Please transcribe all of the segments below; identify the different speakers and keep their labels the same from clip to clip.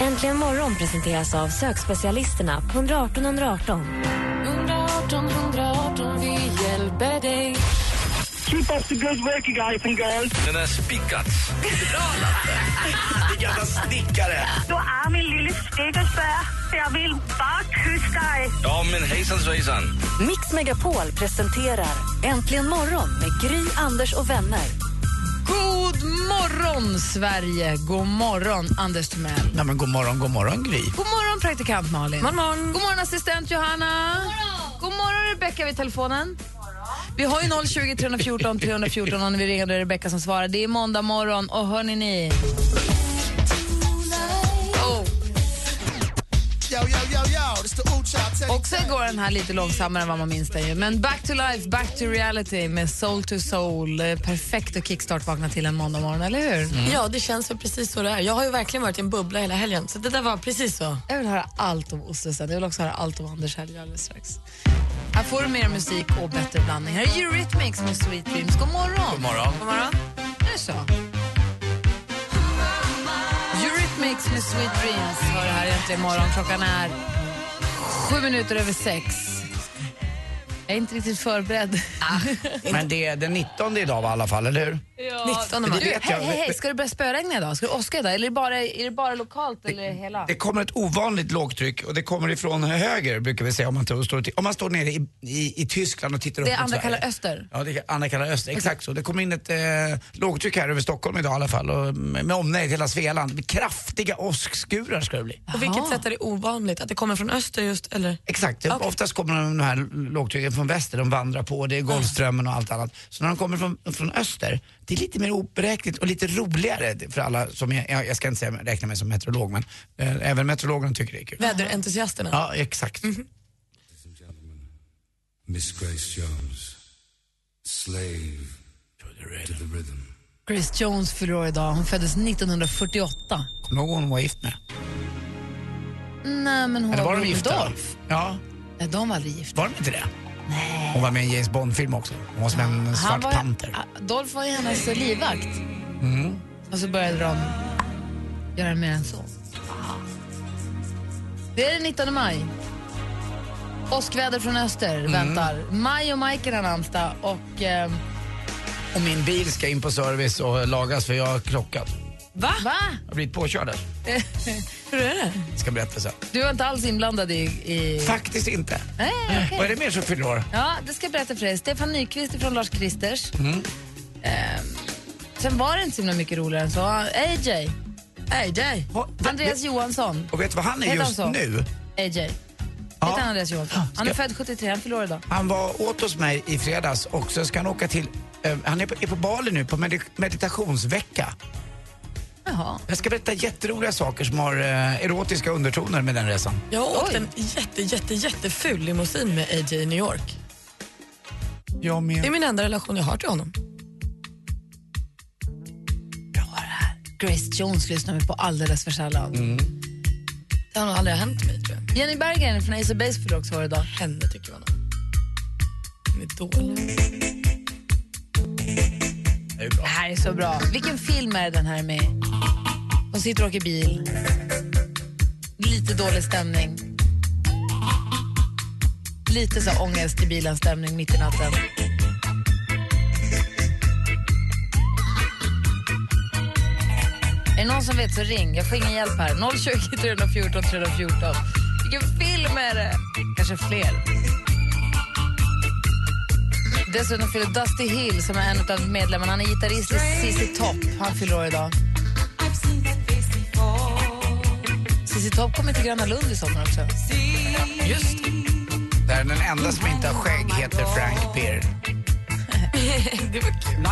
Speaker 1: Äntligen morgon presenteras av sökspecialisterna på 118 118.
Speaker 2: 118 118, vi hjälper dig.
Speaker 3: Keep up the good work, you guys and girls.
Speaker 4: Den är spickad. Bra, Jävla snickare.
Speaker 3: Du är min lille stegelsbär. Jag vill bara kyssa dig.
Speaker 4: Ja, men hejsan svejsan.
Speaker 1: Mix Megapol presenterar Äntligen morgon med Gry, Anders och vänner.
Speaker 2: God morgon, Sverige! God morgon, Anders Timell.
Speaker 5: Nej, men god morgon, god morgon Gry.
Speaker 2: God morgon, praktikant Malin. God morgon, god morgon assistent Johanna. God morgon, god morgon Rebecka vid telefonen. Vi har ju 020 314 314 och när vi ringer då är det Rebecka som svarar. Det är måndag morgon och hörni ni... Oh. Och sen går den här lite långsammare än vad man minns den ju. Men back to life, back to reality med soul to soul. Eh, Perfekt att kickstart-vakna till en måndag morgon, eller hur?
Speaker 6: Ja, det känns väl precis så det är. Jag har ju verkligen varit i en bubbla hela helgen, så det där var precis så.
Speaker 2: Jag vill höra allt om Osse sen. Jag vill också höra allt om Anders Helge alldeles strax. Här får du mer musik och bättre blandning. Här är Eurythmics med Sweet Dreams. God morgon! God morgon. God morgon. Nu så. Eurythmics med Sweet Dreams hör det här egentligen imorgon. Klockan är sju minuter över sex. Jag är inte riktigt förberedd.
Speaker 5: Ah, Men det är den 19 idag va, i alla fall, eller hur?
Speaker 6: 19
Speaker 5: det
Speaker 6: maj.
Speaker 5: vet jag.
Speaker 2: Hej, hej, hej, ska det börja spöregna idag? Ska det åska idag? Eller är det bara, är det bara lokalt eller är det hela?
Speaker 5: Det kommer ett ovanligt lågtryck och det kommer ifrån höger brukar vi säga om man, tar- står, om man står nere i, i, i Tyskland och tittar upp
Speaker 2: Det
Speaker 5: mot
Speaker 2: andra
Speaker 5: Sverige.
Speaker 2: kallar öster.
Speaker 5: Ja, det andra kallar öster. Exakt så. Det kommer in ett eh, lågtryck här över Stockholm idag i alla fall och med med omnejd hela Svealand. Med kraftiga åskskurar ska det bli.
Speaker 6: På vilket sätt är det ovanligt? Att det kommer från öster just, eller?
Speaker 5: Exakt, oftast kommer de, de här lågtrycken från väster, de vandrar på, det är Golfströmmen och allt annat. Så när de kommer från, från öster, det är lite mer oberäkneligt och lite roligare för alla som, jag, jag ska inte säga, räkna mig som meteorolog, men eh, även meteorologerna tycker det är kul.
Speaker 6: Väderentusiasterna.
Speaker 5: Ja, exakt.
Speaker 7: Miss Grace Jones, slave to the rhythm.
Speaker 2: Grace Jones fyller år idag. Hon föddes 1948.
Speaker 5: Kommer du ihåg hon var gift med?
Speaker 2: Nej, men hon
Speaker 5: Eller var
Speaker 2: med
Speaker 5: de gifta?
Speaker 2: Rudolf.
Speaker 5: Ja,
Speaker 2: Nej, de var aldrig gifta.
Speaker 5: var de inte det? Nej. Hon var med i en James Bond-film också. Hon var som en svart
Speaker 2: var,
Speaker 5: panter. Mm.
Speaker 2: Ah, Dolph var ju hennes livvakt. Och så började de göra mer än så. Det är den 19 maj. Åskväder från öster
Speaker 5: Mm.
Speaker 2: väntar. Maj och Majken har namnsdag och... Eh,
Speaker 5: Och min bil ska in på service och lagas för jag har klockat.
Speaker 2: va?
Speaker 5: Jag har blivit påkörd. där.
Speaker 6: Hur är det?
Speaker 5: Jag ska berätta sen.
Speaker 2: Du var inte alls inblandad i... i...
Speaker 5: Faktiskt inte.
Speaker 2: Nej, okej.
Speaker 5: Vad är det mer som fyller år?
Speaker 2: Ja, det ska jag berätta för dig. Stefan Nyqvist från Lars Kristers.
Speaker 5: Mm.
Speaker 2: Ehm, sen var det inte så himla mycket roligare än så. AJ. AJ.
Speaker 5: Ha-
Speaker 2: Andreas Johansson.
Speaker 5: Och vet du vad han är
Speaker 2: Heter han
Speaker 5: just
Speaker 2: så?
Speaker 5: nu?
Speaker 2: AJ. Heter
Speaker 5: Ja.
Speaker 2: han Andreas Johansson? Han är
Speaker 5: Ska-
Speaker 2: född 73, han fyller år idag.
Speaker 5: Han var åt hos mig i fredags och så ska han åka till... eh, han är på, är på Bali nu på medi- meditationsvecka.
Speaker 2: Jaha.
Speaker 5: Jag ska berätta jätteroliga saker som har eh, erotiska undertoner med den resan.
Speaker 6: Jag har åkt
Speaker 2: Oj.
Speaker 6: en jätte, jätte, jätteful limousin med AJ i New York.
Speaker 5: Jag
Speaker 6: Det är
Speaker 5: med.
Speaker 6: min enda relation jag har till honom.
Speaker 2: Grace Jones lyssnar vi på alldeles för sällan.
Speaker 5: Mm.
Speaker 6: Det har nog aldrig hänt mig, tror jag.
Speaker 2: Jenny Berggren från Ace of Base fyller också år idag.
Speaker 6: Henne tycker man om. Hon är dålig.
Speaker 5: Det är bra.
Speaker 2: Det här är så bra. Vilken film är den här med? De sitter och åker bil. Lite dålig stämning. Lite så här ångest i bilen stämning mitt i natten. Är det någon som vet så ring. Jag får ingen hjälp här. 020 314 314. Vilken film är det? Kanske fler. Dessutom fyller Dusty Hill, som är en av medlemmarna, han är gitarrist i ZZ Top. Han fyller år idag. ZZ Top kommer till Gröna Lund i sommar också.
Speaker 6: Just
Speaker 5: Där den enda som inte har skägg heter Frank Beard.
Speaker 6: det. det var kul.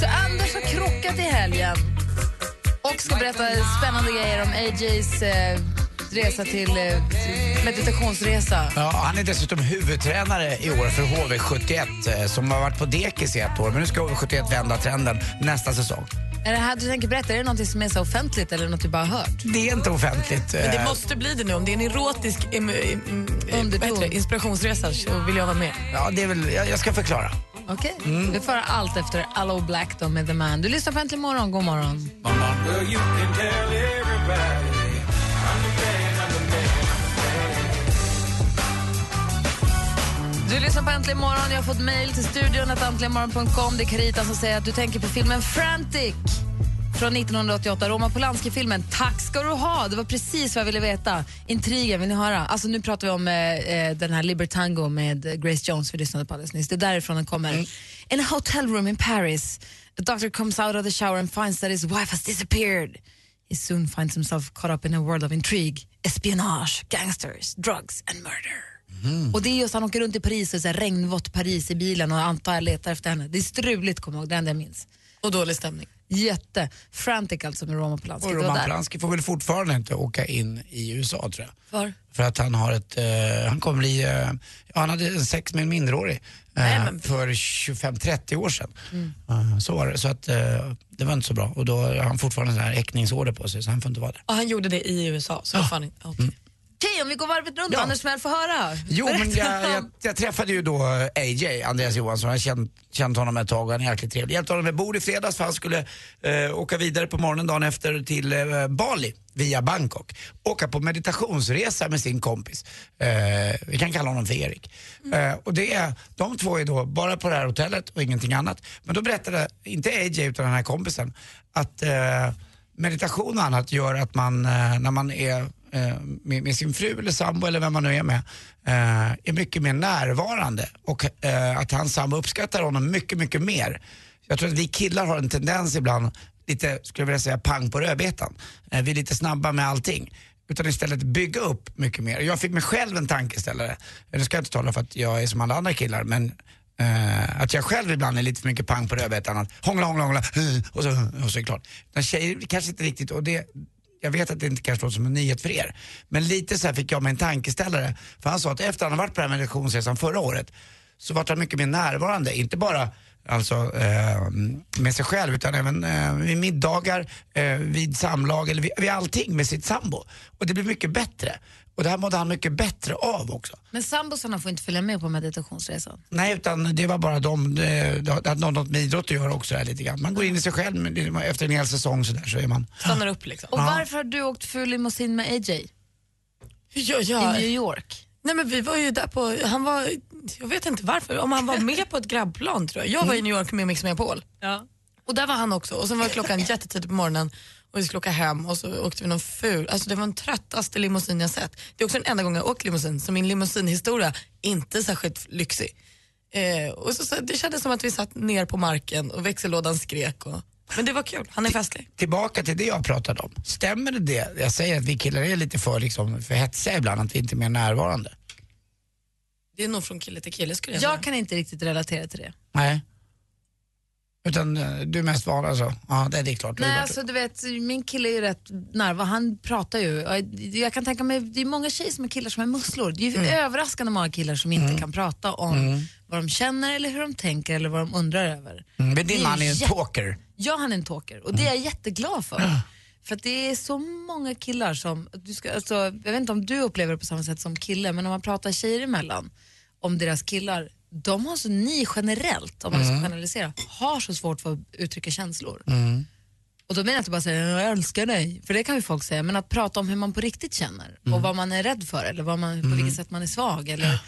Speaker 2: Så Anders har krockat i helgen. och ska berätta spännande grejer om AJs eh, resa till eh, meditationsresa.
Speaker 5: Ja, han är dessutom huvudtränare i år för HV71 eh, som har varit på dekis i ett år. Men nu ska HV71 vända trenden nästa säsong.
Speaker 2: Är det här du tänker berätta, är det något som är så offentligt eller något du bara har hört?
Speaker 5: Det är inte offentligt.
Speaker 6: Men det
Speaker 5: eh,
Speaker 6: måste bli det nu. Om det är en erotisk em, em, em, vad heter det? inspirationsresa så vill jag vara med.
Speaker 5: Ja, det är väl, jag, jag ska förklara.
Speaker 2: Okej, vi får höra allt efter Allo Black då med The Man. Du lyssnar på Äntligen morgon, god morgon. Du lyssnar på Äntligen morgon. Jag har fått mejl till studion att äntligenmorgon.com. Det är Carita som säger att du tänker på filmen Frantic från 1988. Roma Polanski-filmen. Tack ska du ha! Det var precis vad jag ville veta. Intrigen, vill ni höra? Alltså nu pratar vi om eh, eh, den här Libertango med Grace Jones vi lyssnade på alldeles nyss. Det är därifrån den kommer. In a hotel room in Paris, a doctor comes out of the shower and finds that his wife has disappeared. He soon finds himself caught up in a world of intrigue, espionage, gangsters, drugs and murder. Och det är just han åker runt i Paris och så här regnvått Paris i bilen och antar letar efter henne. Det är struligt, kommer jag ihåg, det är det enda jag minns.
Speaker 6: Och dålig stämning.
Speaker 2: Jätte. Frantic alltså med Roman Polanski.
Speaker 5: Och
Speaker 2: Det var
Speaker 5: Roman
Speaker 2: där.
Speaker 5: Polanski får väl fortfarande inte åka in i USA tror jag.
Speaker 2: Var?
Speaker 5: För att han har ett, eh, han kommer bli, eh, ja, han hade sex med en minderårig eh, för 25-30 år sedan. Eh, så var det, så att eh, det var inte så bra. Och då har han fortfarande en sån här häckningsorder på sig så han får inte vara där.
Speaker 6: Ja, han gjorde det i USA. Så fan inte. okej.
Speaker 2: Okej, om vi går varvet runt
Speaker 5: Mm. Ja.
Speaker 2: Anders Mell får höra.
Speaker 5: Jo, men
Speaker 2: Berätta
Speaker 5: jag, jag,
Speaker 2: om-
Speaker 5: jag träffade ju då AJ, Andreas Johansson. Jag har känt, känt honom ett tag och han är jäkligt trevlig. Hjälpte honom med bord i fredags för han skulle eh, åka vidare på morgonen dagen efter till eh, Bali via Bangkok. Åka på meditationsresa med sin kompis. Eh, vi kan kalla honom för Erik.
Speaker 2: Mm.
Speaker 5: Eh, och det är, de två är då bara på det här hotellet och ingenting annat. Men då berättade, inte AJ utan den här kompisen, att eh, meditation och annat gör att man, eh, när man är eh, med, med sin fru eller sambo eller vem man nu är med, eh, är mycket mer närvarande och eh, att hans sambo uppskattar honom mycket, mycket mer. Jag tror att vi killar har en tendens ibland, lite, skulle jag vilja säga, pang på rödbetan. Eh, Vi är lite snabba med allting. Utan istället bygga upp mycket mer. Jag fick mig själv en tankeställare. Nu ska jag inte tala för att jag är som alla andra killar, men Eh, att jag själv ibland är lite för mycket pang på rödbetan. att Hångla, hångla, hångla eh, och så, och så är det klart. Men tjejer kanske inte riktigt, och det, jag vet att det inte kanske låter som en nyhet för er, men lite så här fick jag mig en tankeställare. För han sa att efter han har varit på den här meditationsresan förra året så var han mycket mer närvarande. Inte bara alltså, eh, med sig själv utan även eh, vid middagar, eh, vid samlag eller vid, vid allting med sitt sambo. Och det blev mycket bättre. Och det här mådde han mycket bättre av också.
Speaker 2: Men sambosarna får inte följa med på meditationsresan.
Speaker 5: Nej, utan det var bara de, det, det hade något- något med idrott att göra också här lite grann. Man går in i sig själv men det- liksom efter en hel säsong så där så är man...
Speaker 6: Stannar upp liksom.
Speaker 2: Och varför har du åkt full limousin med AJ
Speaker 6: Ja,
Speaker 2: i
Speaker 6: ja.
Speaker 2: New York?
Speaker 6: Nej men vi var ju där på, han var, jag vet inte varför, om han var med på ett grabbplan tror jag. Jag var i New York med Mix Megapol. Och där var han också och sen var klockan jättetidigt på morgonen och vi skulle åka hem och så åkte vi någon ful, alltså det var den tröttaste limousin jag sett. Det är också den enda gången jag åkt limousin så min limousinhistoria är inte särskilt lyxig. Eh, och så, så, det kändes som att vi satt ner på marken och växellådan skrek och, men det var kul, han är festlig.
Speaker 5: Tillbaka till det jag pratade om. Stämmer det det? Jag säger att vi killar är lite för, liksom, för hetsiga ibland, att vi inte är mer närvarande.
Speaker 6: Det är nog från kille till kille skulle jag säga.
Speaker 2: Jag kan inte riktigt relatera till det.
Speaker 5: Nej. Utan eh, du är mest van alltså? Ja, det det är klart. Du är
Speaker 2: Nej,
Speaker 5: bara-
Speaker 2: alltså du vet, min kille är ju rätt närva. Han pratar ju. Jag- Jag kan tänka mig, det är många tjejer som är killar som är musslor. Det är ju
Speaker 5: Mm.
Speaker 2: överraskande många killar som inte kan prata om vad de känner eller hur de tänker eller vad de undrar över.
Speaker 5: Mm, men din
Speaker 2: det är
Speaker 5: man är en
Speaker 2: jätte-
Speaker 5: talker.
Speaker 2: Ja, han är en talker och det är jag jätteglad för. För att det är så många killar som, du ska, alltså, jag vet inte om du upplever det på samma sätt som kille, men om man pratar tjejer emellan om deras killar, de har så, ni generellt, om man ska generalisera, har så svårt för att uttrycka känslor. Och då menar jag inte bara säga jag älskar dig, för det kan ju folk säga, men att prata om hur man på riktigt känner och vad man är rädd för eller vad man, på vilket sätt man är svag eller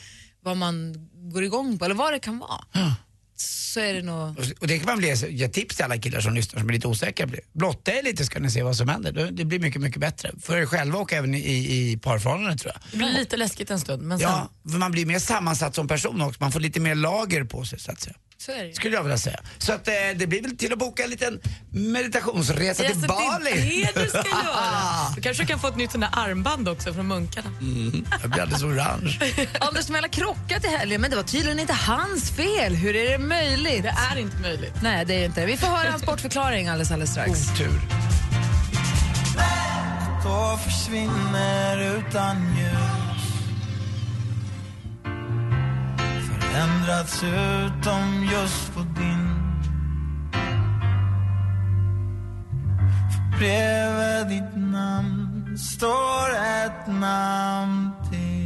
Speaker 2: vad man går igång på eller vad det kan vara. Så är det nog...
Speaker 5: Och- Och det kan man väl ge- ge tips till alla killar som lyssnar som är lite osäkra. Blotta er lite ska ni se vad som händer. Det- Det blir mycket, mycket bättre. För er själva och även i, i parförhållandet tror jag.
Speaker 6: Det blir lite läskigt en stund men sen,
Speaker 5: Ja, för man blir mer sammansatt som person också. Man får lite mer lager på sig så att säga.
Speaker 2: Så är det ju.
Speaker 5: Skulle jag vilja säga. Så att eh, det blir väl till att boka en liten meditationsresa
Speaker 6: Yes,
Speaker 2: alltså,
Speaker 5: till
Speaker 6: det är
Speaker 5: Bali. Ah.
Speaker 6: Det du ska göra. Du kanske kan få ett nytt sånt där armband också från munkarna.
Speaker 5: Jag blir alldeles orange.
Speaker 2: Anders Mella krockat i helgen, men det var tydligen inte hans fel. Hur är det möjligt?
Speaker 6: Det är inte möjligt.
Speaker 2: Oh. Nej, det är ju inte det. Vi får höra hans bortförklaring alldeles, alldeles strax.
Speaker 5: Otur.
Speaker 8: och försvinner utan ljus Förändrats utom just på din För bredvid ditt namn står ett namn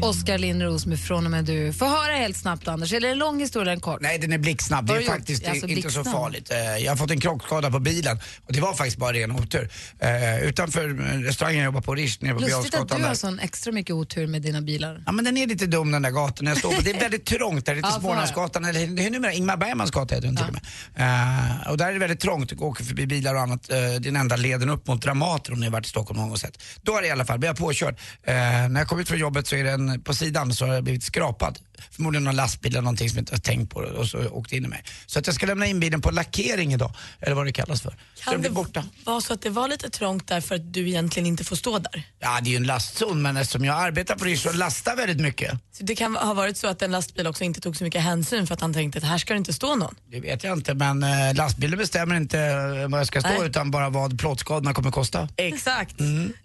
Speaker 5: Oh.
Speaker 2: Oskar Lindros med Från och med du. Få höra helt snabbt Anders, eller är det en lång historia eller en kort?
Speaker 5: Nej, den är blixtsnabb. Det är
Speaker 2: Vad har du
Speaker 5: faktiskt
Speaker 2: gjort? Alltså,
Speaker 5: inte så
Speaker 2: blixtsnabb.
Speaker 5: farligt. Eh, Jag har fått en krockskada på bilen och det var faktiskt bara ren otur. Eh, Utanför eh, restaurangen jag jobbar på, Rish, nere på
Speaker 2: Lustigt att
Speaker 5: Birger
Speaker 2: du har
Speaker 5: där.
Speaker 2: sån extra mycket otur med dina bilar.
Speaker 5: Ja men den är lite dum den där gatan jag står på. Det är väldigt trångt där, lite
Speaker 2: Ja, får
Speaker 5: Smålandsgatan, eller det är numera Ingmar Bergmans gata heter den till och med. Eh, och där är det väldigt trångt, du åker förbi bilar och annat. Eh, det är den enda leden upp mot Dramaten om ni har varit i Stockholm någon gång och sett. Då är det i alla fall, blir jag påkörd. Eh, när jag kom ut från jobbet så är den på sidan så har jag blivit skrapad. Förmodligen någon lastbil eller någonting som jag inte har tänkt på och så åkte in i mig. Så att jag ska lämna in bilen på lackering idag, eller vad det kallas för. Så den
Speaker 6: Kan det
Speaker 5: blir borta.
Speaker 6: vara så att det var lite trångt där för att du egentligen inte får stå där?
Speaker 5: Ja det är ju en lastzon men eftersom jag arbetar på det så lastar väldigt mycket.
Speaker 6: Så det kan ha varit så att en lastbil också inte tog så mycket hänsyn för att han tänkte att här ska det inte stå någon.
Speaker 5: Det vet jag inte, men eh, lastbilen bestämmer inte eh, vad jag ska stå
Speaker 6: Nej.
Speaker 5: utan bara vad plåtskadorna kommer kosta.
Speaker 6: Exakt.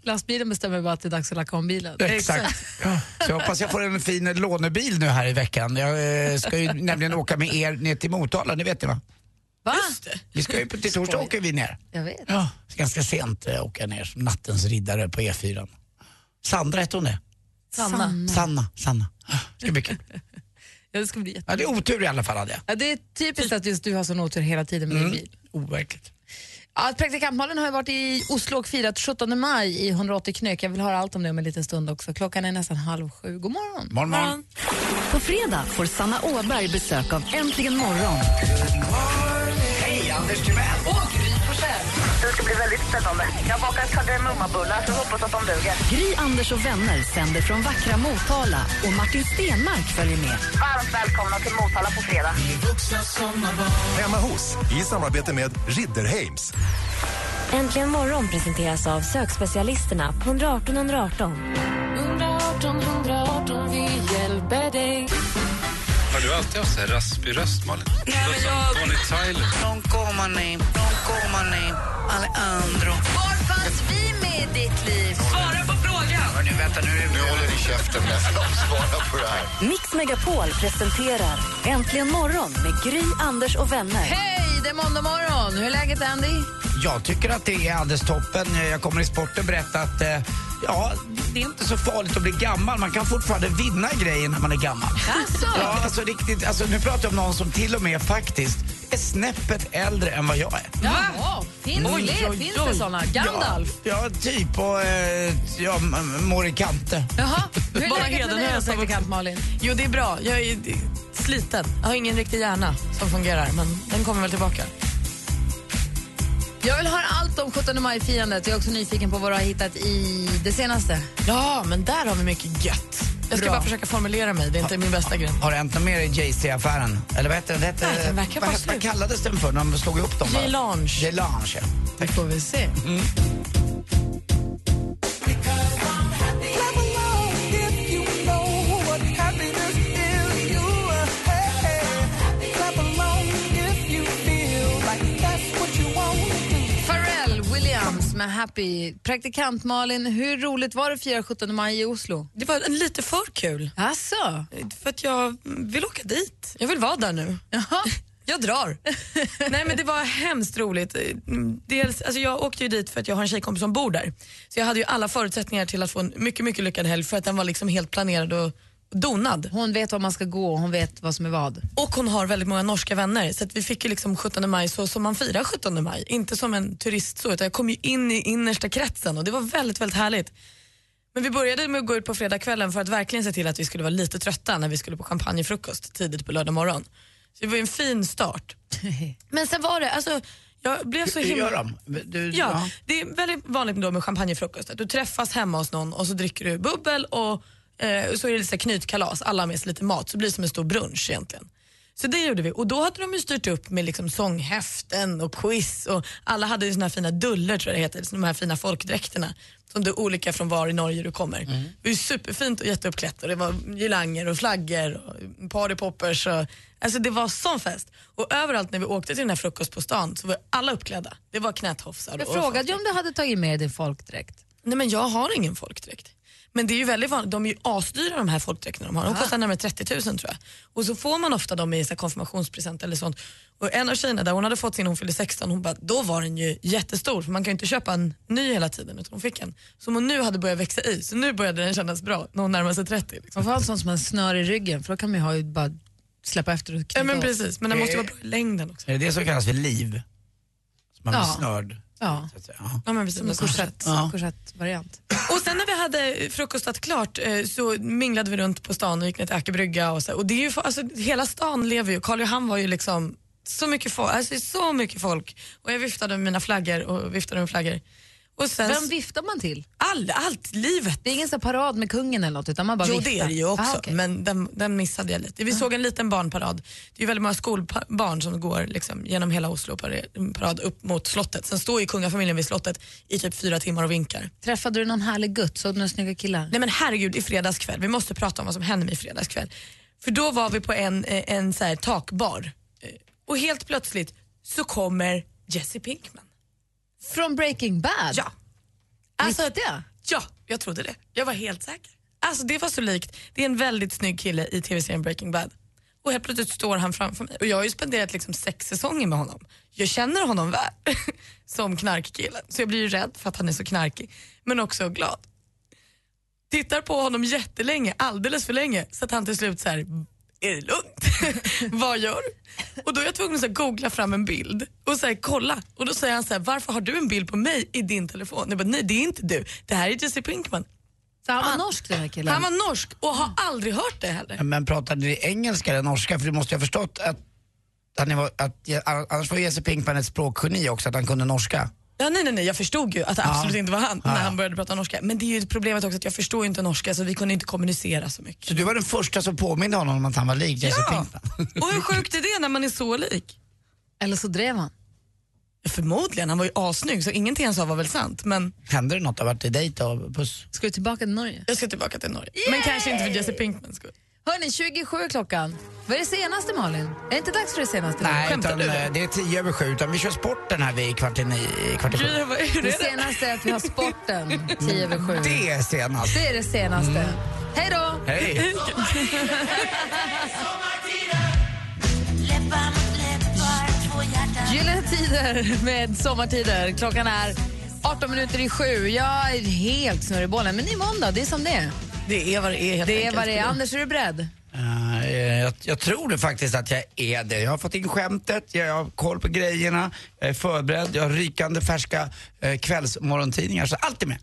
Speaker 2: Lastbilen bestämmer bara att det är dags att lacka om bilen.
Speaker 5: Mm. Exakt. Så jag hoppas jag får en fin lånebil nu här i veckan. Jag eh, ska ju nämligen åka med er ner till Motala, det vet ni va?
Speaker 2: Va?
Speaker 5: Vi ska ju på, till torsdag åker vi ner.
Speaker 2: Jag vet.
Speaker 5: Ja, ska ganska sent eh, åka ner som nattens riddare på E E4. Sandra hette hon det?
Speaker 2: Sanna. Sanna.
Speaker 5: Sanna, Sanna. Ah, Det ska bli kul.
Speaker 2: Ja, det ska bli
Speaker 5: Ja, det är otur i alla fall hade jag.
Speaker 2: Ja, det är typiskt att just du har sån otur hela tiden med din
Speaker 5: Mm.
Speaker 2: bil.
Speaker 5: Overkligt.
Speaker 2: Ja, Praktikantmalen har ju varit i Oslo och firat 17 maj i 180 knyck. Jag vill höra allt om det om en liten stund också. Klockan är nästan halv sju. God morgon.
Speaker 5: Morgon, morgon.
Speaker 1: På fredag får Sanna Åberg besök av Äntligen morgon.
Speaker 5: Hej, Anders Timell!
Speaker 3: Och Gry Det ska bli väldigt spännande. Jag bakar kardemummabullar så hoppas att de duger.
Speaker 1: Gry, Anders och vänner sänder från vackra Motala och Martin Stenmark följer med.
Speaker 3: Varmt välkomna till Motala på fredag.
Speaker 9: Hemma hos, i samarbete med Ridderheims.
Speaker 10: Äntligen morgon presenteras av sökspecialisterna på 118 118.
Speaker 11: 118 118, vi hjälper dig.
Speaker 4: Har du alltid haft så här raspig röst, Malin? Nej, men jag... Bonnie Tyler.
Speaker 12: Non coma ni, non coma ni, Alejandro.
Speaker 2: Var fanns vi med i ditt liv?
Speaker 12: Svara på frågan!
Speaker 5: Hörni, vänta nu.
Speaker 13: Nu håller ni käften nästan. Svara på det här.
Speaker 1: Mix Megapol presenterar Äntligen morgon med Gry, Anders och vänner.
Speaker 2: Hej, det är måndag morgon. Hur är läget Andy?
Speaker 5: Jag tycker att det är alldeles toppen. Jag kommer i sporten berätta att eh, ja, det är inte så farligt att bli gammal. Man kan fortfarande vinna grejer när man är gammal.
Speaker 2: Alltså?
Speaker 5: Ja, alltså riktigt. Alltså, nu pratar jag om någon som till och med faktiskt är snäppet äldre än vad jag är.
Speaker 2: Jaha, finns
Speaker 5: Oj,
Speaker 2: det,
Speaker 5: oj,
Speaker 2: finns
Speaker 5: oj.
Speaker 2: det sådana? Gandalf?
Speaker 5: Ja, ja typ. Och eh, ja, m- Morikante.
Speaker 2: Jaha, hur är
Speaker 6: Bara
Speaker 2: läget med dig då,
Speaker 6: hedenhös av-
Speaker 2: praktikant Malin?
Speaker 6: Jo, det är bra. Jag är d- sliten. Jag har ingen riktig hjärna som fungerar, men den kommer väl tillbaka.
Speaker 2: Jag vill höra allt om 17 maj-firandet. Jag är också nyfiken på vad du har hittat i det senaste.
Speaker 6: Ja, men där har vi mycket gött. Jag ska
Speaker 5: Bra.
Speaker 6: bara försöka formulera mig. Det är inte min bästa grej.
Speaker 5: Har det hänt något mer i JC-affären? Eller vad heter den? Det hette-
Speaker 6: Nej, den verkar
Speaker 5: vad,
Speaker 6: vara
Speaker 5: vad kallades den för när de slog ihop dem?
Speaker 6: J-Lange.
Speaker 5: J-Lange, ja.
Speaker 6: Det får vi se.
Speaker 2: Pharrell Williams med Happy. Praktikant Malin, hur roligt var det att fira 17 maj i Oslo?
Speaker 6: Det var en lite för kul.
Speaker 2: Alltså?
Speaker 6: För att jag vill åka dit. Jag vill vara där nu. Jag drar. Nej men det var hemskt roligt. Mm, Dels, alltså jag åkte ju dit för att jag har en tjejkompis som bor där. Så jag hade ju alla förutsättningar till att få en mycket, mycket lyckad helg för att den var liksom helt planerad och donad.
Speaker 2: Hon vet var man ska gå och hon vet vad som är vad.
Speaker 6: Och hon har väldigt många norska vänner så att vi fick ju liksom 17 maj så som man firar 17 maj. Inte som en turist så utan jag kom ju in i innersta kretsen och det var väldigt, väldigt härligt. Men vi började med att gå ut på fredagskvällen för att verkligen se till att vi skulle vara lite trötta när vi skulle på champagnefrukost tidigt på lördag morgon. Så det var ju en fin start. Men sen var det, alltså jag blev så
Speaker 5: Hur
Speaker 6: himla...
Speaker 5: gör de? Du,
Speaker 6: Ja, det är väldigt vanligt då med champagnefrukost att du träffas hemma hos någon och så dricker du bubbel och eh, så är det lite så här knytkalas, alla har med sig lite mat, så blir det som en stor brunch egentligen. Så det gjorde vi och då hade de ju styrt upp med liksom sånghäften och quiz och alla hade ju såna här fina duller tror jag det heter, så de här fina folkdräkterna som det är olika från var i Norge du kommer. Det var ju superfint och jätteuppklätt och det var girlanger och flaggor och partypoppers. Och, alltså det var sån fest. Och överallt när vi åkte till den här frukost på stan så var alla uppklädda. Det var knätofsar
Speaker 2: Jag
Speaker 6: och-
Speaker 2: frågade ju om du hade tagit med dig din folkdräkt.
Speaker 6: Nej men jag har ingen folkdräkt. Men det är ju väldigt vanligt, de är ju asdyra de här folkdräkterna de har. De
Speaker 2: Ah.
Speaker 6: kostar närmare 30 000 tror jag. Och så får man ofta dem i så här konfirmationspresent eller sånt. Och en av tjejerna där, hon hade fått sin när hon fyllde 16, hon bara, då var den ju jättestor för man kan ju inte köpa en ny hela tiden utan hon fick en som hon nu hade börjat växa i. Så nu började den kännas bra när hon närmade sig 30. Liksom.
Speaker 2: Man får allt sånt som en snör i ryggen för då kan man ju ha, bara släppa efter och knyta
Speaker 6: Ja men
Speaker 2: åt.
Speaker 6: precis, men den måste ju vara bra i längden också.
Speaker 5: Är det det som kallas för liv? Som man
Speaker 6: Ja.
Speaker 5: blir snörd?
Speaker 6: Ja.
Speaker 5: Ja.
Speaker 6: Ja, men precis.
Speaker 2: Som en korsett,
Speaker 5: Ja.
Speaker 2: korsettvariant.
Speaker 6: Och sen när vi hade frukostat klart eh, så minglade vi runt på stan och gick ner till Aker brygga och så. Och det är ju, fa- alltså, hela stan lever ju. Karl Johan var ju liksom så mycket folk, alltså så mycket folk. Och jag viftade med mina flaggor och viftade med flaggor. Och sen
Speaker 2: Vem viftar man till?
Speaker 6: All, allt, livet.
Speaker 2: Det är ingen så här parad med kungen eller något utan man bara
Speaker 6: jo
Speaker 2: viftar.
Speaker 6: det är det ju också,
Speaker 2: Ah, okej. Ah.
Speaker 6: men den, den missade jag lite. Vi såg en liten barnparad. Det är ju väldigt många skolbarn som går liksom, genom hela Oslo par- parad upp mot slottet. Sen står ju kungafamiljen vid slottet i typ fyra timmar och vinkar.
Speaker 2: Träffade du någon härlig gutt? Såg du några snygga killar?
Speaker 6: Nej men herregud, i fredagskväll. Vi måste prata om vad som hände mig i fredagskväll. För då var vi på en, eh, en så här takbar Eh, och helt plötsligt så kommer Jesse Pinkman.
Speaker 2: Från Breaking Bad?
Speaker 6: Ja. alltså, Riktiga? Ja, jag trodde det. Jag var helt säker. Alltså det var så likt. Det är en väldigt snygg kille i tv-serien Breaking Bad. Och helt plötsligt står han framför mig. Och jag har ju spenderat liksom sex säsonger med honom. Jag känner honom väl som knarkkillen. Så jag blir ju rädd för att han är så knarkig. Men också glad. Tittar på honom jättelänge, alldeles för länge. Så att han till slut så här, är det lugnt? Vad gör du? Och då är jag tvungen att googla fram en bild och så här, kolla. Och då säger han så här, varför har du en bild på mig i din telefon? Jag bara, nej det är inte du, det här är Jesse Pinkman.
Speaker 2: Så han var norsk den här killen?
Speaker 6: Han var norsk och har aldrig hört det heller.
Speaker 5: Men pratade ni engelska eller norska? För du måste ju ha förstått att, att, ni var, att annars var Jesse Pinkman ett språkgeni också, att han kunde norska.
Speaker 6: Ja, nej, nej, nej, jag förstod ju att det
Speaker 5: Ja.
Speaker 6: absolut inte var han
Speaker 5: Ja.
Speaker 6: när han började prata norska. Men det är ju problemet också att jag förstår ju inte norska så vi kunde inte kommunicera så mycket.
Speaker 5: Så du var den första som påminde honom om att han var lik Jesse
Speaker 6: Ja.
Speaker 5: Pinkman?
Speaker 6: Och hur sjukt är det när man är så lik?
Speaker 2: Eller så drev han.
Speaker 6: Förmodligen, han var ju assnygg så ingenting han sa var väl sant. Men
Speaker 5: Hände det något av att det är dejt och puss?
Speaker 2: Ska du tillbaka till Norge?
Speaker 6: Jag ska tillbaka till Norge. Men kanske inte för Jesse Pinkmans skull.
Speaker 2: Hörni, 27 är klockan. Vad är det senaste Malin? Är det inte dags för det senaste? nu?
Speaker 5: Nej,
Speaker 2: Skämtar
Speaker 5: utan, eh, det är tio över sju, utan vi kör sporten här vid kvart i nio, kvart i sju.
Speaker 2: Det senaste är att vi har sporten, 10 över 7.
Speaker 5: Det är senast.
Speaker 2: Det är det senaste. Hej då!
Speaker 5: Hej.
Speaker 2: Gyllene Tider med Sommartider. Klockan är 18 minuter i sju. Jag är helt snurrig i bollen, men det är måndag. Det är som det är.
Speaker 6: Det är vad det är helt
Speaker 2: Det är
Speaker 6: enkelt.
Speaker 2: vad det är. Anders, är du beredd?
Speaker 5: Eh, jag, jag tror det faktiskt att jag är det. Jag har fått in skämtet, jag har koll på grejerna, jag är förberedd, jag har rykande färska eh, kvällsmorgontidningar, så allt är med.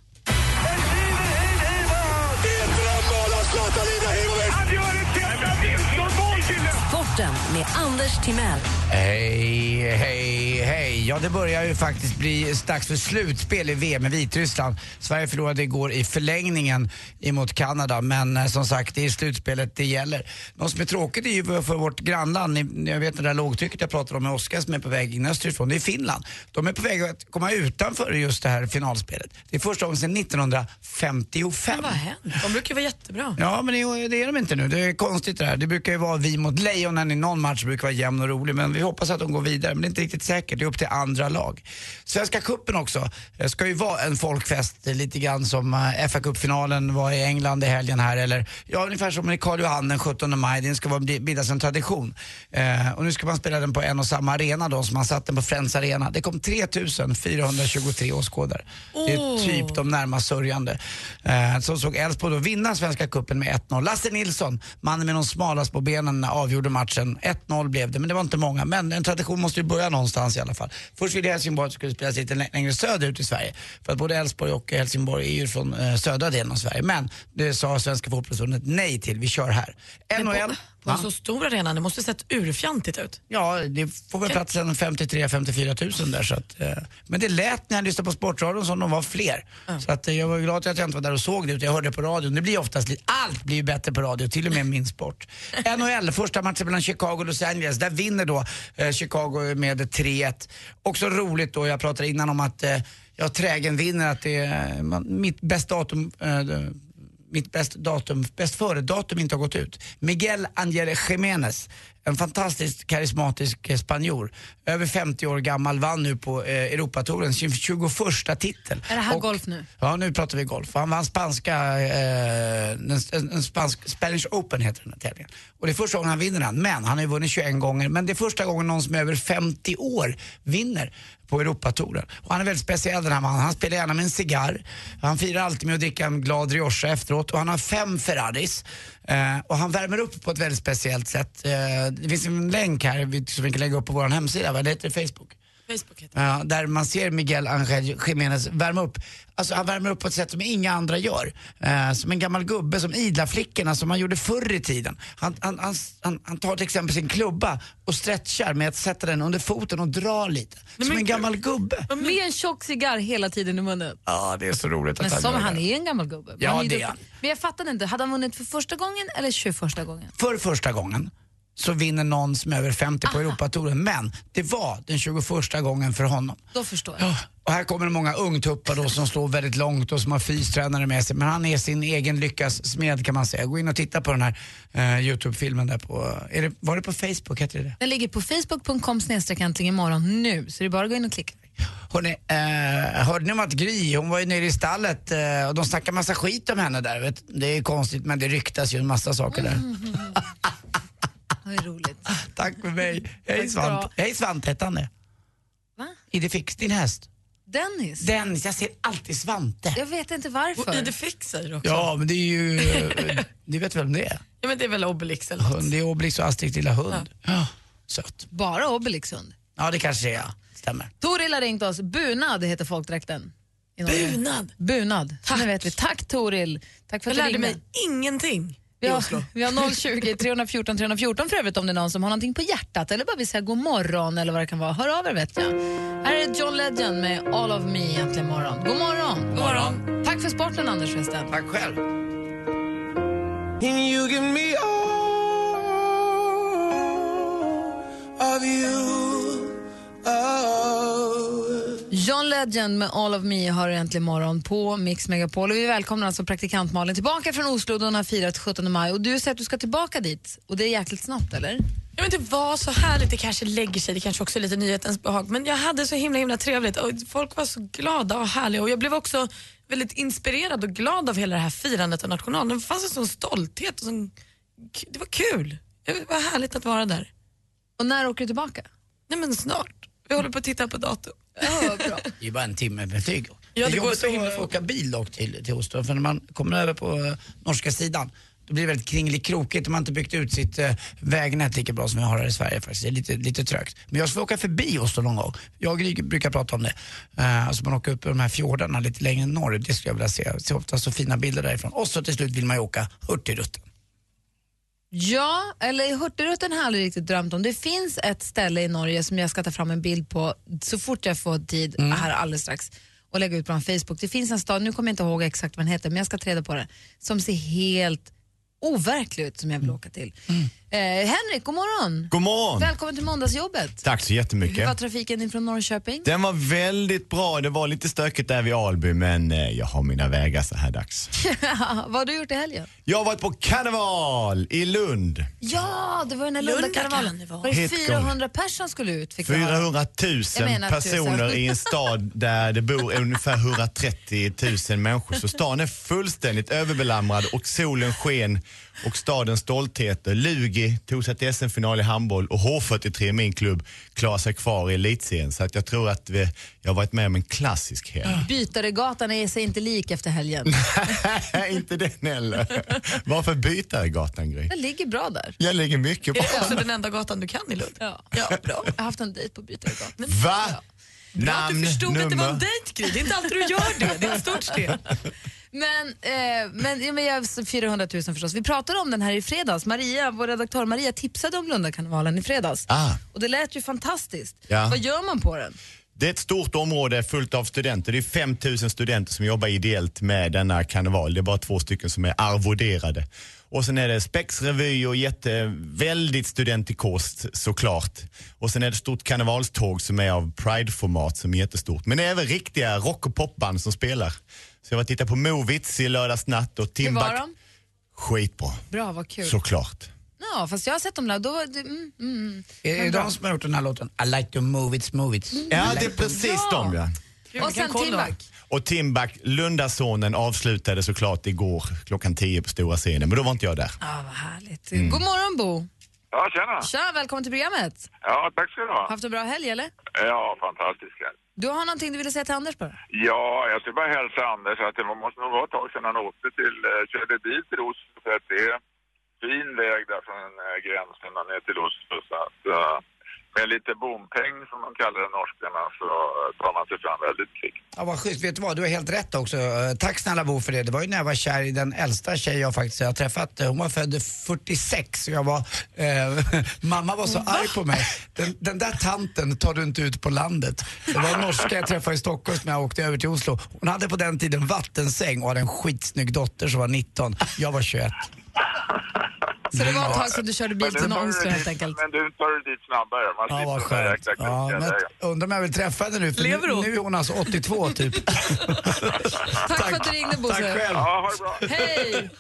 Speaker 1: Sporten med Anders Timell.
Speaker 5: Hej, hej, hej. Ja, det börjar ju faktiskt bli dags för slutspel i VM i Vitryssland. Sverige förlorade igår i förlängningen emot Kanada, men eh, som sagt, det är slutspelet det gäller. Något som är tråkigt är ju för- för vårt grannland, ni- jag vet det där lågtrycket jag pratade om med Oskar som är på väg in österifrån, det är Finland. De är på väg att komma utanför just det här finalspelet. Det är första gången sedan 1955. Vad
Speaker 6: De brukar vara jättebra.
Speaker 5: Ja, men det, det är de inte nu. Det är konstigt det här. Det brukar ju vara vi mot Lejonen i någon match, brukar vara jämn och rolig. Men vi hoppas att de går vidare, men det är inte riktigt säkert. Det är upp till andra lag. Svenska Cupen också eh, ska ju vara en folkfest, eh, lite grann som eh, fa Cupfinalen var i England i helgen här. Eller ja, ungefär som i Karl Johan den 17 maj. Den ska vara, bildas en tradition. Eh, och nu ska man spela den på en och samma arena då, som man satt den på Friends Arena. Det kom 3423 åskådare. Det är typ de närmast sörjande. Eh, som såg Elfsborg då vinna Svenska Cupen med 1-0. Lasse Nilsson, mannen med de smalaste på benen, avgjorde matchen. 1-0 blev det, men det var inte många. Men en tradition måste ju börja någonstans i alla fall. Först ville Helsingborg att det skulle spelas lite lä- längre söderut i Sverige. För att både Elfsborg och Helsingborg är ju från eh, södra delen av Sverige. Men det sa Svenska Fotbollförbundet nej till. Vi kör här.
Speaker 6: Men på,
Speaker 5: NHL.
Speaker 6: på en så stor arena, det måste sett urfjantigt ut.
Speaker 5: Ja, det får väl platsen 53 54 000 där. Så att, eh, men det lät när jag lyssnade på Sportradion som de var fler. Så att, eh, jag var glad att jag inte var där och såg det utan jag hörde det på radion. Det blir oftast lite, allt blir ju bättre på radio, till och med min sport. NHL, första matchen mellan Chicago och Los Angeles. Där vinner då eh, Chicago med 3-1. Också roligt då, jag pratade innan om att eh, jag trägen vinner, att det är eh, man, mitt bästa datum eh, mitt bäst, datum, bäst före-datum inte har gått ut. Miguel Angel Jiménez, en fantastisk karismatisk eh, spanjor, över 50 år gammal, vann nu på eh, Europatourens 21 titel.
Speaker 2: Är det här
Speaker 5: Och-
Speaker 2: golf nu?
Speaker 5: Ja, nu pratar vi golf. Han vann spanska, eh, den, en, en spansk, Spanish Open heter den här tävlingen. Och det är första gången han vinner den, men han har ju vunnit 21 gånger. Men det är första gången någon som är över 50 år vinner på Europatouren. Och han är väldigt speciell den här mannen. Han spelar gärna med en cigarr. Han firar alltid med att dricka en glad Rioja efteråt och han har fem Ferraris. Eh, och han värmer upp på ett väldigt speciellt sätt. Eh, det finns en länk här vi- som vi kan lägga upp på vår hemsida, vad heter det? Facebook?
Speaker 6: Facebook heter
Speaker 5: Ja, där man ser Miguel Angel Jiménez värma upp. Alltså han värmer upp på ett sätt som inga andra gör. Eh, som en gammal gubbe, som idlarflickorna som man gjorde förr i tiden. Han, han, han, han, han tar till exempel sin klubba och stretchar med att sätta den under foten och dra lite. som en gammal gubbe.
Speaker 2: Med en tjock cigarr hela tiden i munnen.
Speaker 5: Ja, det är så roligt
Speaker 2: Men
Speaker 5: att
Speaker 2: som
Speaker 5: gör
Speaker 2: han
Speaker 5: det.
Speaker 2: är en gammal gubbe.
Speaker 5: Ja,
Speaker 2: är
Speaker 5: det
Speaker 2: ju-
Speaker 5: är han.
Speaker 2: Men jag fattade inte, hade han vunnit för första gången eller 21 gången?
Speaker 5: För första gången så vinner någon som är över 50 på Europatouren. Men det var den 21 gången för honom.
Speaker 2: Då förstår jag.
Speaker 5: Ja, och här kommer det många ungtuppar då som slår väldigt långt och som har fystränare med sig. Men han är sin egen lyckas smed kan man säga. Gå in och titta på den här eh, Youtube-filmen där på, är det, var det på Facebook hette det det?
Speaker 2: Den ligger på facebook.com snedstreck äntligen imorgon nu, så det är bara att gå in och klicka.
Speaker 5: Hörrni, eh, hörde ni om att Gry, hon var ju nere i stallet eh, och de snackar massa skit om henne där. Vet? Det är konstigt men det ryktas ju en massa saker där.
Speaker 2: Det är roligt.
Speaker 5: Tack för mig.
Speaker 2: Tack
Speaker 5: Hej
Speaker 2: ska du ha.
Speaker 5: Svante. Hej Svante hette han det.
Speaker 2: Va?
Speaker 5: Ide Fix, din häst.
Speaker 2: Dennis?
Speaker 5: Dennis, jag ser alltid Svante.
Speaker 2: Jag vet inte varför.
Speaker 6: Och Ide Fix säger du också.
Speaker 5: Ja, men det är ju... eh, Ni vet vem det är?
Speaker 6: Ja, men det är väl Obelix eller något.
Speaker 5: Hund, det är Obelix och Astrids lilla hund. Ja. Söt.
Speaker 2: Bara Obelix hund.
Speaker 5: Ja, det kanske det är. ja. Stämmer.
Speaker 2: Toril har ringt oss. Bunad heter folkdräkten. i Norge.
Speaker 6: Bunad?
Speaker 2: Bunad. Tack. Nu vet vi. Tack Toril. Tack för att
Speaker 6: Jag
Speaker 2: du
Speaker 6: lärde
Speaker 2: ringde.
Speaker 6: mig ingenting
Speaker 2: Vi
Speaker 6: i
Speaker 2: har,
Speaker 6: Oslo.
Speaker 2: vi har 020 314 314 för övrigt om det är någon som har någonting på hjärtat eller bara vill säga god morgon eller vad det kan vara. Hör av er vet jag. Här är John Legend med All of me äntligen morgon. God morgon. God morgon. Tack för sporten Anders Westén.
Speaker 5: Tack själv.
Speaker 8: Can you give me all of you? Oh.
Speaker 2: John Legend med All of me har äntligen morgon på Mix Megapol. Och vi välkomnar alltså praktikant Malin tillbaka från Oslo där hon har firat 17 maj. Och du säger att du ska tillbaka dit och det är jäkligt snabbt eller?
Speaker 6: Ja, men det var så härligt, det kanske lägger sig, det kanske också är lite nyhetens behag. Men jag hade så himla himla trevligt och folk var så glada och härliga och jag blev också väldigt inspirerad och glad av hela det här firandet av nationalen. Det fanns en sån stolthet och sån... det var kul. Det var härligt att vara där.
Speaker 2: Och när åker du tillbaka?
Speaker 6: Nej men snart. Vi håller på att titta på datum.
Speaker 5: Det är bara en timme med flyg.
Speaker 6: Ja, det
Speaker 5: är
Speaker 6: går
Speaker 5: jobbigt
Speaker 6: så himla
Speaker 5: att åka bil dock till, till Oslo, för när man kommer över på eh, norska sidan då blir det väldigt kringelikrokigt om man inte byggt ut sitt eh, vägnät lika bra som vi har här i Sverige faktiskt. Det är lite, lite trögt. Men jag ska åka förbi Oslo någon gång. Jag och Gry brukar prata om det. Uh, alltså man åker upp i de här fjordarna lite längre norrut, det skulle jag vilja se. Jag ser ofta så fina bilder därifrån. Och så till slut vill man ju åka Hurtigruten.
Speaker 2: Ja, eller Hurtigruten har jag aldrig riktigt drömt om. Det finns ett ställe i Norge som jag ska ta fram en bild på så fort jag får tid
Speaker 14: Mm.
Speaker 2: här alldeles strax och lägga ut på en Facebook. Det finns en stad, nu kommer jag inte ihåg exakt vad den heter, men jag ska ta reda på det, som ser helt overklig ut som jag vill åka till. Eh, Henrik, god morgon!
Speaker 14: Mm. God morgon!
Speaker 2: Välkommen till måndagsjobbet!
Speaker 14: Tack så
Speaker 2: Hur var
Speaker 14: jättemycket.
Speaker 2: trafiken in från Norrköping?
Speaker 14: Den var väldigt bra. Det var lite stökigt där vid Alby, men eh, jag har mina vägar så här dags.
Speaker 2: vad har du gjort i helgen?
Speaker 14: Jag har varit på karneval i Lund.
Speaker 2: Ja, det var den här
Speaker 6: Lunda
Speaker 2: Lundakarnevalen.
Speaker 6: karneval.
Speaker 2: Var det
Speaker 14: Helt galet.
Speaker 2: 400 personer skulle ut? Fick jag höra.
Speaker 14: 400
Speaker 2: Jag
Speaker 14: 000
Speaker 2: menar
Speaker 14: personer i en stad där det bor ungefär 130 000 människor. Så stan är fullständigt överbelamrad och solen sken och stadens stoltheter. Lugi tog sig till SM-final i handboll och H43, min klubb, klarar sig kvar i elitserien. Så att jag tror att vi, jag har varit med om en klassisk helg.
Speaker 2: Bytaregatan är sig inte lik efter helgen.
Speaker 14: Nej, inte den heller. Varför byta i gatan, Gry?
Speaker 2: Den ligger bra där.
Speaker 14: Jag ligger mycket
Speaker 6: Det
Speaker 14: bra.
Speaker 6: är också den enda gatan du kan i Lund.
Speaker 2: Ja.
Speaker 6: bra.
Speaker 2: Jag har haft en dejt på Bytaregatan.
Speaker 14: Va?
Speaker 6: Bra att du
Speaker 14: Namn,
Speaker 6: förstod att det var en
Speaker 14: nummer.
Speaker 6: dejt Gry. Det är inte alltid du gör det. Det är ett stort steg.
Speaker 2: Men, eh, men, ja, men jag, 400 000 förstås. Vi pratade om den här i fredags. Maria, vår redaktör Maria tipsade om Lundakarnevalen i fredags.
Speaker 14: Ah.
Speaker 2: Och det lät ju fantastiskt.
Speaker 14: Ja.
Speaker 2: Vad gör man på den?
Speaker 14: Det är ett stort område fullt av studenter. Det är 5000 studenter som jobbar ideellt med denna karneval. Det är bara två stycken som är arvoderade. Och sen är det spexrevy och jätte, väldigt studentig kost såklart. Och sen är det ett stort karnevalståg som är av prideformat som är jättestort. Men det är även riktiga rock och popband som spelar. Så jag var och tittade på Movits i lördags natt och
Speaker 2: Hur var
Speaker 14: Timbuk.
Speaker 2: de?
Speaker 14: Skitbra,
Speaker 2: Bra, vad kul.
Speaker 14: såklart.
Speaker 2: Ja, fast jag har sett dem där. Då, var det- mm, mm.
Speaker 5: Är det
Speaker 2: Men bra.
Speaker 5: Eh, de som har gjort den här låten I like to move it's move it's?
Speaker 14: Ja, det är precis de ja.
Speaker 2: Och sen Timbuk.
Speaker 14: Och Timbuk, Lundasonen avslutade såklart igår klockan 10 på stora scenen, men då var inte jag där.
Speaker 2: Ja, vad härligt.
Speaker 14: Mm.
Speaker 2: God morgon, Bo.
Speaker 15: Ja, tjena.
Speaker 2: Tja, välkommen till programmet.
Speaker 15: Ja, tack ska du ha.
Speaker 2: Haft en bra helg, eller?
Speaker 15: Ja, fantastiska.
Speaker 2: Du har någonting du ville säga till Anders
Speaker 5: Mm.
Speaker 2: bara?
Speaker 15: Ja, jag skulle bara hälsa Anders att det måste nog vara ett tag sedan han åkte till, eh, körde bil till Oslo för att det är fin väg där från eh, gränsen och ner till Oslo. Så att, eh, med lite bompeng som de kallar det norskarna så eh, tar man sig fram väldigt kvickt.
Speaker 5: Ja, vad schysst. Vet du vad, du har helt rätt också. Eh, Tack snälla Bo för det. Det var ju när jag var kär i den äldsta tjej jag faktiskt har träffat. Eh, Hon var född 46 och jag var... Eh, mamma var så arg på mig. Den, den där tanten tar du inte ut på landet. Det var en norska jag träffade i Stockholm när jag åkte över till Oslo. Hon hade på den tiden vattensäng och hade en skitsnygg dotter som var 19. Jag var 21.
Speaker 2: Så det var ett tag sedan du körde bil
Speaker 15: Men nu
Speaker 2: till
Speaker 15: tar du
Speaker 2: Ångström
Speaker 15: dit-
Speaker 2: helt enkelt.
Speaker 15: Men du tar du dit snabbare. Man
Speaker 5: Ja, vad
Speaker 15: slipper den där
Speaker 5: skönt.
Speaker 15: jäkla
Speaker 5: Ja,
Speaker 15: krokiga
Speaker 5: men
Speaker 15: vägen.
Speaker 5: undrar om jag vill träffa henne nu. För
Speaker 15: Lever
Speaker 5: nu,
Speaker 15: hon?
Speaker 5: nu är hon alltså 82 typ.
Speaker 2: Tack, för att du ringde, Bosse.
Speaker 5: Tack själv.
Speaker 2: Hej!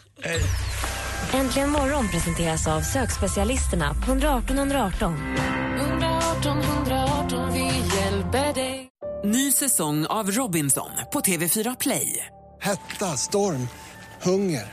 Speaker 10: Äntligen morgon presenteras av sökspecialisterna på 118 118.
Speaker 11: 118 118, vi hjälper dig.
Speaker 16: Ny säsong av Robinson på TV4 Play.
Speaker 17: Hetta, storm, hunger.